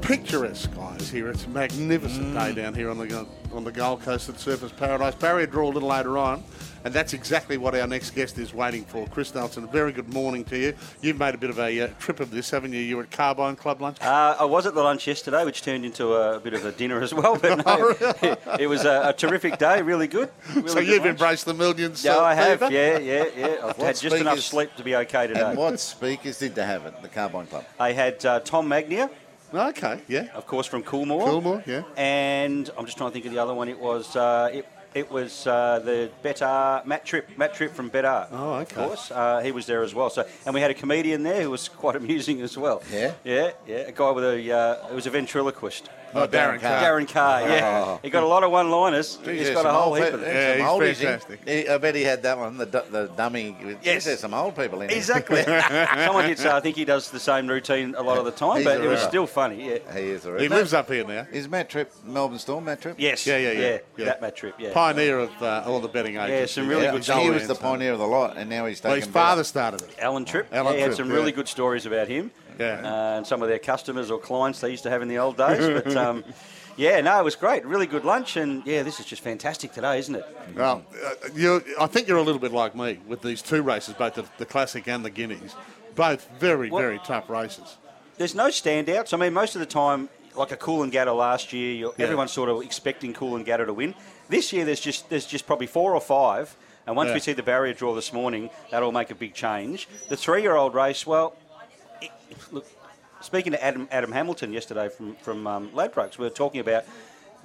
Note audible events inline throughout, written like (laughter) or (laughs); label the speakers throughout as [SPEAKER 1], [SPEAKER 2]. [SPEAKER 1] picturesque skies here. It's a magnificent
[SPEAKER 2] Mm.
[SPEAKER 1] day down here on the on the Gold Coast at Surface Paradise. Barrier draw a little later on, and that's exactly what our next guest is waiting for. Chris Nelson, a very good morning to you. You've made a bit of a uh, trip of this, haven't you? You were at Carbine Club lunch.
[SPEAKER 2] Uh, I was at the lunch yesterday, which turned into a bit of a dinner as well. But no, it, it was a, a terrific day, really good. Really
[SPEAKER 1] so
[SPEAKER 2] good
[SPEAKER 1] you've
[SPEAKER 2] lunch.
[SPEAKER 1] embraced the millions.
[SPEAKER 2] Yeah,
[SPEAKER 1] uh,
[SPEAKER 2] I have.
[SPEAKER 1] fever?
[SPEAKER 2] Yeah, yeah, yeah. I've had just
[SPEAKER 1] speakers-
[SPEAKER 2] enough sleep to be okay today.
[SPEAKER 3] And what speakers did they have at the Carbine Club?
[SPEAKER 2] I had uh, Tom Magnier,
[SPEAKER 1] Okay, yeah.
[SPEAKER 2] of course, from Coolmore.
[SPEAKER 1] Coolmore, yeah.
[SPEAKER 2] And I'm just trying to think of the other one. It was. Uh, it, it was uh, the Betar Matt Tripp, Matt Tripp from Betar.
[SPEAKER 1] Oh, okay.
[SPEAKER 2] Of course, uh, he was there as well. So, and we had a comedian there who was (laughs) quite amusing as well.
[SPEAKER 3] Yeah?
[SPEAKER 2] yeah, yeah. A guy with a uh, who was a ventriloquist.
[SPEAKER 1] Oh, Darren
[SPEAKER 3] Darren
[SPEAKER 1] Carr.
[SPEAKER 3] Carr.
[SPEAKER 2] Darren Carr, yeah.
[SPEAKER 3] Oh.
[SPEAKER 2] He got a lot of one-liners. He's
[SPEAKER 3] There's
[SPEAKER 2] got a
[SPEAKER 3] some
[SPEAKER 2] whole
[SPEAKER 3] old
[SPEAKER 2] heap
[SPEAKER 3] pe-
[SPEAKER 2] of them.
[SPEAKER 1] Yeah,
[SPEAKER 3] there's some
[SPEAKER 1] he's
[SPEAKER 3] oldies in-
[SPEAKER 1] fantastic.
[SPEAKER 3] he- I bet he had that one, the, du- the dummy.
[SPEAKER 2] Yes.
[SPEAKER 3] There's some old people in
[SPEAKER 1] (laughs)
[SPEAKER 3] there.
[SPEAKER 2] Exactly. Someone did say I think he does the same routine a lot of the time,
[SPEAKER 3] He's
[SPEAKER 2] but
[SPEAKER 3] a
[SPEAKER 2] it was
[SPEAKER 3] ripper.
[SPEAKER 2] still funny. Yeah.
[SPEAKER 3] He is already.
[SPEAKER 1] He lives up here now.
[SPEAKER 3] Is Matt Tripp Melbourne Storm, Matt Tripp?
[SPEAKER 2] Yes.
[SPEAKER 1] Yeah, yeah, yeah, yeah.
[SPEAKER 2] That Matt Tripp. Yeah.
[SPEAKER 1] Pioneer of uh, all the betting agents.
[SPEAKER 2] some really
[SPEAKER 3] Yeah,
[SPEAKER 2] good
[SPEAKER 3] He
[SPEAKER 2] goal
[SPEAKER 3] was the pioneer of the lot, and now he's taking.
[SPEAKER 1] Well, his
[SPEAKER 3] better.
[SPEAKER 1] father started it.
[SPEAKER 2] Alan Tripp.
[SPEAKER 1] Alan
[SPEAKER 2] yeah, he had
[SPEAKER 1] Tripp,
[SPEAKER 2] some
[SPEAKER 1] yeah.
[SPEAKER 2] really good stories about him.
[SPEAKER 1] Yeah.
[SPEAKER 2] Uh, and some of their customers or clients they used to have in the old days.
[SPEAKER 1] (laughs)
[SPEAKER 2] But um, yeah, no, it was great. Really good lunch, and yeah, this is just fantastic today, isn't it?
[SPEAKER 1] Well, uh, you I think you're a little bit like me with these two races, both the, the Classic and the Guineas. Both very,
[SPEAKER 2] Well-
[SPEAKER 1] very tough races.
[SPEAKER 2] There's no standouts. I mean, most of the time, like a Cool and Gatter last year, you're,
[SPEAKER 1] Yeah.
[SPEAKER 2] everyone's sort of expecting Cool and Gatter to win. This year, there's just there's just probably four or five. And once
[SPEAKER 1] Yeah.
[SPEAKER 2] we see the barrier draw this morning, that'll make a big change. The three-year-old race, well, it, look. Speaking to Adam Adam Hamilton yesterday from from um, Ladbrokes, we were talking about.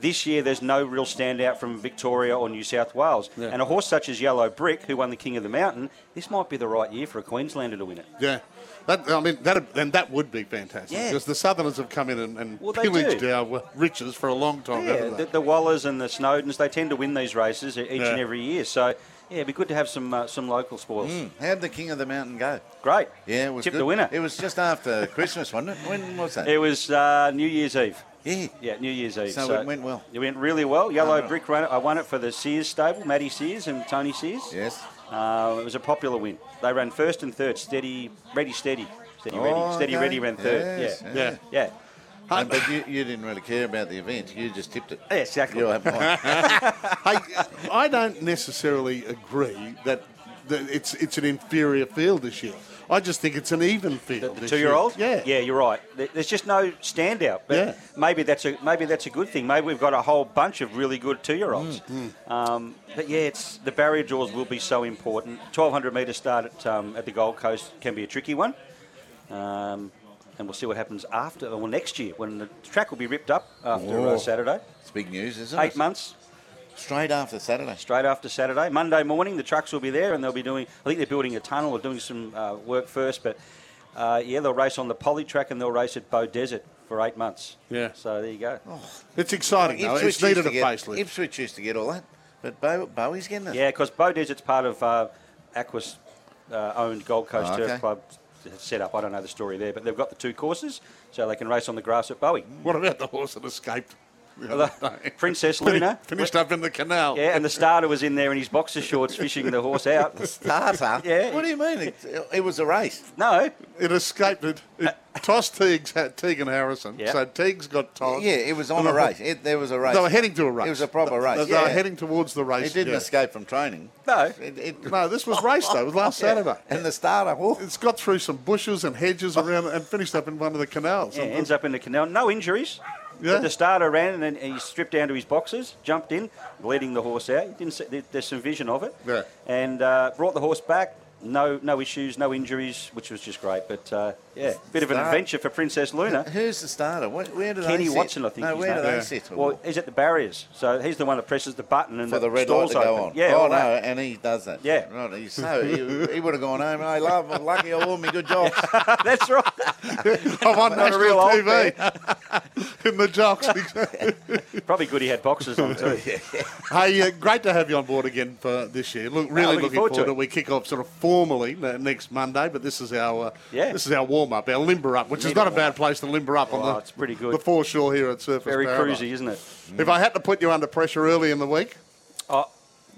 [SPEAKER 2] This year, there's no real standout from Victoria or New South Wales. And a horse such as Yellow Brick, who won the King of the Mountain, this might be the right year for a Queenslander to win it.
[SPEAKER 1] Yeah. That, I mean, that, and that would be fantastic
[SPEAKER 2] Yeah.
[SPEAKER 1] because the Southerners have come in and, and
[SPEAKER 2] Well, they
[SPEAKER 1] pillaged
[SPEAKER 2] do.
[SPEAKER 1] our riches for a long time.
[SPEAKER 2] Yeah,
[SPEAKER 1] haven't they?
[SPEAKER 2] the, the Wallers and the Snowdens, they tend to win these races e-, each
[SPEAKER 1] Yeah.
[SPEAKER 2] and every year. So, yeah, it'd be good to have some uh, some local spoils.
[SPEAKER 3] How'd the King of the Mountain go?
[SPEAKER 2] Great.
[SPEAKER 3] Hmm. Yeah, it was
[SPEAKER 2] Tip
[SPEAKER 3] good.
[SPEAKER 2] the winner.
[SPEAKER 3] It was
[SPEAKER 2] (laughs)
[SPEAKER 3] just after Christmas, wasn't it? When was that?
[SPEAKER 2] It was uh, New Year's Eve.
[SPEAKER 3] yeah.
[SPEAKER 2] Yeah, New Year's Eve.
[SPEAKER 3] So it went well. Uh-huh.
[SPEAKER 2] It went really well. Yellow
[SPEAKER 3] Unreal.
[SPEAKER 2] Brick ran it. I won it for the Sears stable, Matty Sears and Tony Sears.
[SPEAKER 3] Yes.
[SPEAKER 2] Uh, it was a popular win. They ran first and third, steady, ready, steady. Steady,
[SPEAKER 3] Oh,
[SPEAKER 2] ready. Steady,
[SPEAKER 3] okay.
[SPEAKER 2] ready ran third.
[SPEAKER 3] Yes,
[SPEAKER 2] Yeah.
[SPEAKER 3] yeah.
[SPEAKER 2] yeah. Yeah.
[SPEAKER 3] And- but you, you didn't really care about the event. You just tipped it.
[SPEAKER 2] Yeah, exactly.
[SPEAKER 3] You had mine.
[SPEAKER 2] (laughs)
[SPEAKER 1] hey, I don't necessarily agree that, that it's it's an inferior field this year. I just think it's an even
[SPEAKER 2] The,
[SPEAKER 1] field.
[SPEAKER 2] the
[SPEAKER 1] this
[SPEAKER 2] two-year-old.
[SPEAKER 1] year. Yeah.
[SPEAKER 2] yeah, you're right. There- There's just no standout, but
[SPEAKER 1] Yeah.
[SPEAKER 2] maybe that's a maybe that's a good thing. Maybe we've got a whole bunch of really good two-year-olds.
[SPEAKER 1] Mm.
[SPEAKER 2] Um, but yeah, it's the barrier draws will be so important. 1200 metre start at um, at the Gold Coast can be a tricky one, um, and we'll see what happens after well next year when the track will be ripped up after uh,
[SPEAKER 3] Oh.
[SPEAKER 2] Saturday.
[SPEAKER 3] It's big news, isn't it?
[SPEAKER 2] Eight months
[SPEAKER 3] Straight after Saturday.
[SPEAKER 2] straight after Saturday. Monday morning, the trucks will be there, and they'll be doing. I think they're building a tunnel or doing some uh, work first, but uh, yeah, they'll race on the poly track and they'll race at Bow Desert for eight months.
[SPEAKER 1] Yeah.
[SPEAKER 2] So there you go.
[SPEAKER 3] Oh.
[SPEAKER 1] It's exciting, though.
[SPEAKER 3] Ipswich
[SPEAKER 1] It's needed
[SPEAKER 3] used
[SPEAKER 1] a
[SPEAKER 3] to get-
[SPEAKER 1] facelift.
[SPEAKER 3] Ipswich used to get all that, but Bo, Bowie's getting it.
[SPEAKER 2] Yeah, because Bow Desert's part of uh, Aquas uh, owned Gold Coast
[SPEAKER 3] Oh, okay.
[SPEAKER 2] Turf Club set up. I don't know the story there, but they've got the two courses, so they can race on the grass at Bowie.
[SPEAKER 1] What about the horse that escaped? the
[SPEAKER 2] Although,
[SPEAKER 1] other day? (laughs)
[SPEAKER 2] Princess Luna.
[SPEAKER 1] Finished up in the canal.
[SPEAKER 2] Yeah, and the starter was in there in his boxer shorts fishing the horse
[SPEAKER 3] (laughs)
[SPEAKER 2] out.
[SPEAKER 1] (laughs)
[SPEAKER 3] Tata?
[SPEAKER 2] Yeah.
[SPEAKER 3] What do you mean? It, it was a race.
[SPEAKER 2] No,
[SPEAKER 1] It escaped it. it tossed Teague's, Teague and Harrison.
[SPEAKER 2] Yeah.
[SPEAKER 1] So Teague's got tossed.
[SPEAKER 3] Yeah, it was on
[SPEAKER 1] And
[SPEAKER 3] a
[SPEAKER 1] the-
[SPEAKER 3] race. It, there was a race.
[SPEAKER 1] They were heading to a race.
[SPEAKER 3] It was a proper
[SPEAKER 1] They-
[SPEAKER 3] race.
[SPEAKER 1] They,
[SPEAKER 3] yeah.
[SPEAKER 1] were heading towards the race.
[SPEAKER 3] It didn't
[SPEAKER 1] yeah.
[SPEAKER 3] escape from training.
[SPEAKER 2] no.
[SPEAKER 3] It, it-
[SPEAKER 1] No, this was race day. It was
[SPEAKER 3] (laughs)
[SPEAKER 1] last Saturday.
[SPEAKER 3] And the starter. Oh,
[SPEAKER 1] It's got through some bushes and hedges around and finished up in one of the canals.
[SPEAKER 2] Yeah, ends up in the canal. No injuries.
[SPEAKER 1] Yeah.
[SPEAKER 2] But The starter ran and then he stripped down to his boxes, jumped in, leading the horse out. You didn't see, there- there's some vision of it.
[SPEAKER 1] Yeah.
[SPEAKER 2] And uh, brought the horse back, no no issues, no injuries, which was just great. But uh, yeah, bit of an
[SPEAKER 3] Start.
[SPEAKER 2] adventure for Princess
[SPEAKER 3] (laughs)
[SPEAKER 2] Luna.
[SPEAKER 3] Who's the starter? Where, where do they
[SPEAKER 2] Kenny
[SPEAKER 3] sit?
[SPEAKER 2] Watson, I think.
[SPEAKER 3] No,
[SPEAKER 2] his
[SPEAKER 3] where do
[SPEAKER 2] name
[SPEAKER 3] they
[SPEAKER 2] is.
[SPEAKER 3] sit?
[SPEAKER 2] Well, he's at the barriers, so he's the one that presses the button and
[SPEAKER 3] for the red
[SPEAKER 2] stall's
[SPEAKER 3] light to go
[SPEAKER 2] open.
[SPEAKER 3] on.
[SPEAKER 2] Yeah,
[SPEAKER 3] oh
[SPEAKER 2] all
[SPEAKER 3] no,
[SPEAKER 2] that.
[SPEAKER 3] and he does that.
[SPEAKER 2] Yeah.
[SPEAKER 3] right. He's so he, he would have gone home. I love. I'm lucky. I wore me
[SPEAKER 1] (laughs)
[SPEAKER 3] good job.
[SPEAKER 2] (laughs) that's right.
[SPEAKER 1] I'm on
[SPEAKER 2] Not a real
[SPEAKER 1] national
[SPEAKER 2] old
[SPEAKER 1] TV. (laughs) In the jocks.
[SPEAKER 3] (laughs)
[SPEAKER 2] Probably good he had boxes on too.
[SPEAKER 1] hey, uh, great to have you on board again for this year. Look, really
[SPEAKER 2] looking
[SPEAKER 1] looking,
[SPEAKER 2] forward
[SPEAKER 1] forward
[SPEAKER 2] to
[SPEAKER 1] to
[SPEAKER 2] it.
[SPEAKER 1] it. We kick off sort of formally uh, next Monday, but this is our uh,
[SPEAKER 2] Yeah.
[SPEAKER 1] this is our warm up, our limber up, which is
[SPEAKER 2] Limber
[SPEAKER 1] not a bad
[SPEAKER 2] warm-up.
[SPEAKER 1] place to limber up on
[SPEAKER 2] Oh,
[SPEAKER 1] the
[SPEAKER 2] it's pretty good.
[SPEAKER 1] the foreshore here at Surface
[SPEAKER 2] Very
[SPEAKER 1] Paradise.
[SPEAKER 2] cruisy, isn't it?
[SPEAKER 1] If I had to put you under pressure early in the week,
[SPEAKER 2] I,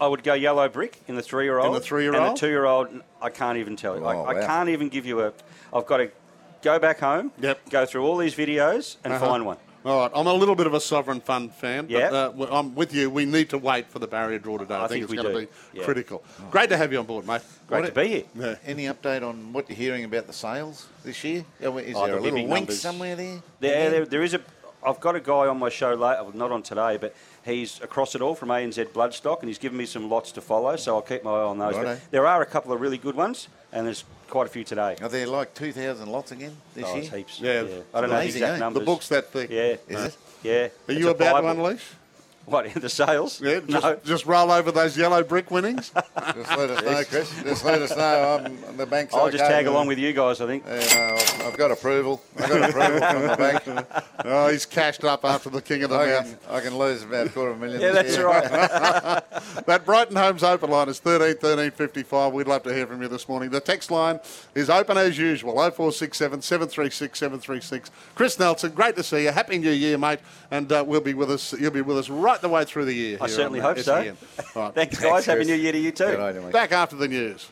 [SPEAKER 2] I would go yellow brick in the three-year-old.
[SPEAKER 1] In the three-year-old?
[SPEAKER 2] And the two-year-old, I can't even tell you. I,
[SPEAKER 3] Oh,
[SPEAKER 2] I
[SPEAKER 3] wow.
[SPEAKER 2] can't even give you a... I've got to go back home,
[SPEAKER 1] Yep. Uh-huh.
[SPEAKER 2] go through all these videos and find one.
[SPEAKER 1] All right, I'm a little bit of a sovereign fund fan, but
[SPEAKER 2] Yeah.
[SPEAKER 1] uh, w- I'm with you. We need to wait for the barrier draw today. I,
[SPEAKER 2] I
[SPEAKER 1] think,
[SPEAKER 2] think we
[SPEAKER 1] it's going
[SPEAKER 2] do.
[SPEAKER 1] to be
[SPEAKER 2] Yeah.
[SPEAKER 1] critical. Great to have you on board, mate.
[SPEAKER 2] Great
[SPEAKER 3] What
[SPEAKER 2] to be here.
[SPEAKER 1] Yeah.
[SPEAKER 3] (laughs) Any update on what you're hearing about the sales this year? Oh, Is there
[SPEAKER 2] there'll
[SPEAKER 3] a
[SPEAKER 2] be Oh,
[SPEAKER 3] little
[SPEAKER 2] big
[SPEAKER 3] wink
[SPEAKER 2] numbers.
[SPEAKER 3] somewhere there?
[SPEAKER 2] There, there, there is a. I've got a guy on my show later, not on today, but he's across it all from ANZ Bloodstock, and he's given me some lots to follow, so I'll keep my eye on those. But
[SPEAKER 3] Righto.
[SPEAKER 2] there are a couple of really good ones, and there's quite a few today.
[SPEAKER 3] Are there like 2,000 lots again this
[SPEAKER 2] Oh,
[SPEAKER 3] year?
[SPEAKER 2] it's heaps.
[SPEAKER 1] Oh, Yeah.
[SPEAKER 2] I don't know the
[SPEAKER 3] Amazing,
[SPEAKER 2] exact
[SPEAKER 3] eh?
[SPEAKER 2] numbers.
[SPEAKER 1] The book's that thick.
[SPEAKER 2] Yeah.
[SPEAKER 3] Is it?
[SPEAKER 2] Yeah.
[SPEAKER 1] Are
[SPEAKER 2] It's
[SPEAKER 1] you
[SPEAKER 2] a
[SPEAKER 1] about
[SPEAKER 2] Bible.
[SPEAKER 1] to unleash?
[SPEAKER 2] What, (laughs) the sales?
[SPEAKER 1] Yeah, just,
[SPEAKER 2] no.
[SPEAKER 1] just roll over those yellow brick winnings.
[SPEAKER 3] (laughs) Just let us know, Chris. Just let us know. I'm, the bank's
[SPEAKER 2] I'll just
[SPEAKER 3] okay
[SPEAKER 2] tag
[SPEAKER 3] with
[SPEAKER 2] along
[SPEAKER 3] it.
[SPEAKER 2] with you guys, I think.
[SPEAKER 3] Yeah, no, I've- I've got approval. I've got approval from the bank.
[SPEAKER 2] (laughs)
[SPEAKER 1] oh, he's cashed up after the king of the
[SPEAKER 3] I
[SPEAKER 1] mountain.
[SPEAKER 3] can, I can lose about a quarter of a million.
[SPEAKER 2] Yeah, that's
[SPEAKER 3] this year.
[SPEAKER 2] right. (laughs)
[SPEAKER 1] That Brighton Homes open line is 13 13 55. We'd love to hear from you this morning. The text line is open as usual 0467 736 736. Chris Nelson, great to see you. Happy New Year, mate. And uh, we'll be with us. You'll be with us right the way through the year.
[SPEAKER 2] I
[SPEAKER 1] here
[SPEAKER 2] certainly
[SPEAKER 1] on, uh,
[SPEAKER 2] hope so.
[SPEAKER 1] SEN. Right.
[SPEAKER 2] (laughs) Thanks, guys. Happy
[SPEAKER 3] Chris.
[SPEAKER 2] New Year to you, too.
[SPEAKER 3] Good idea, mate.
[SPEAKER 1] Back after the news.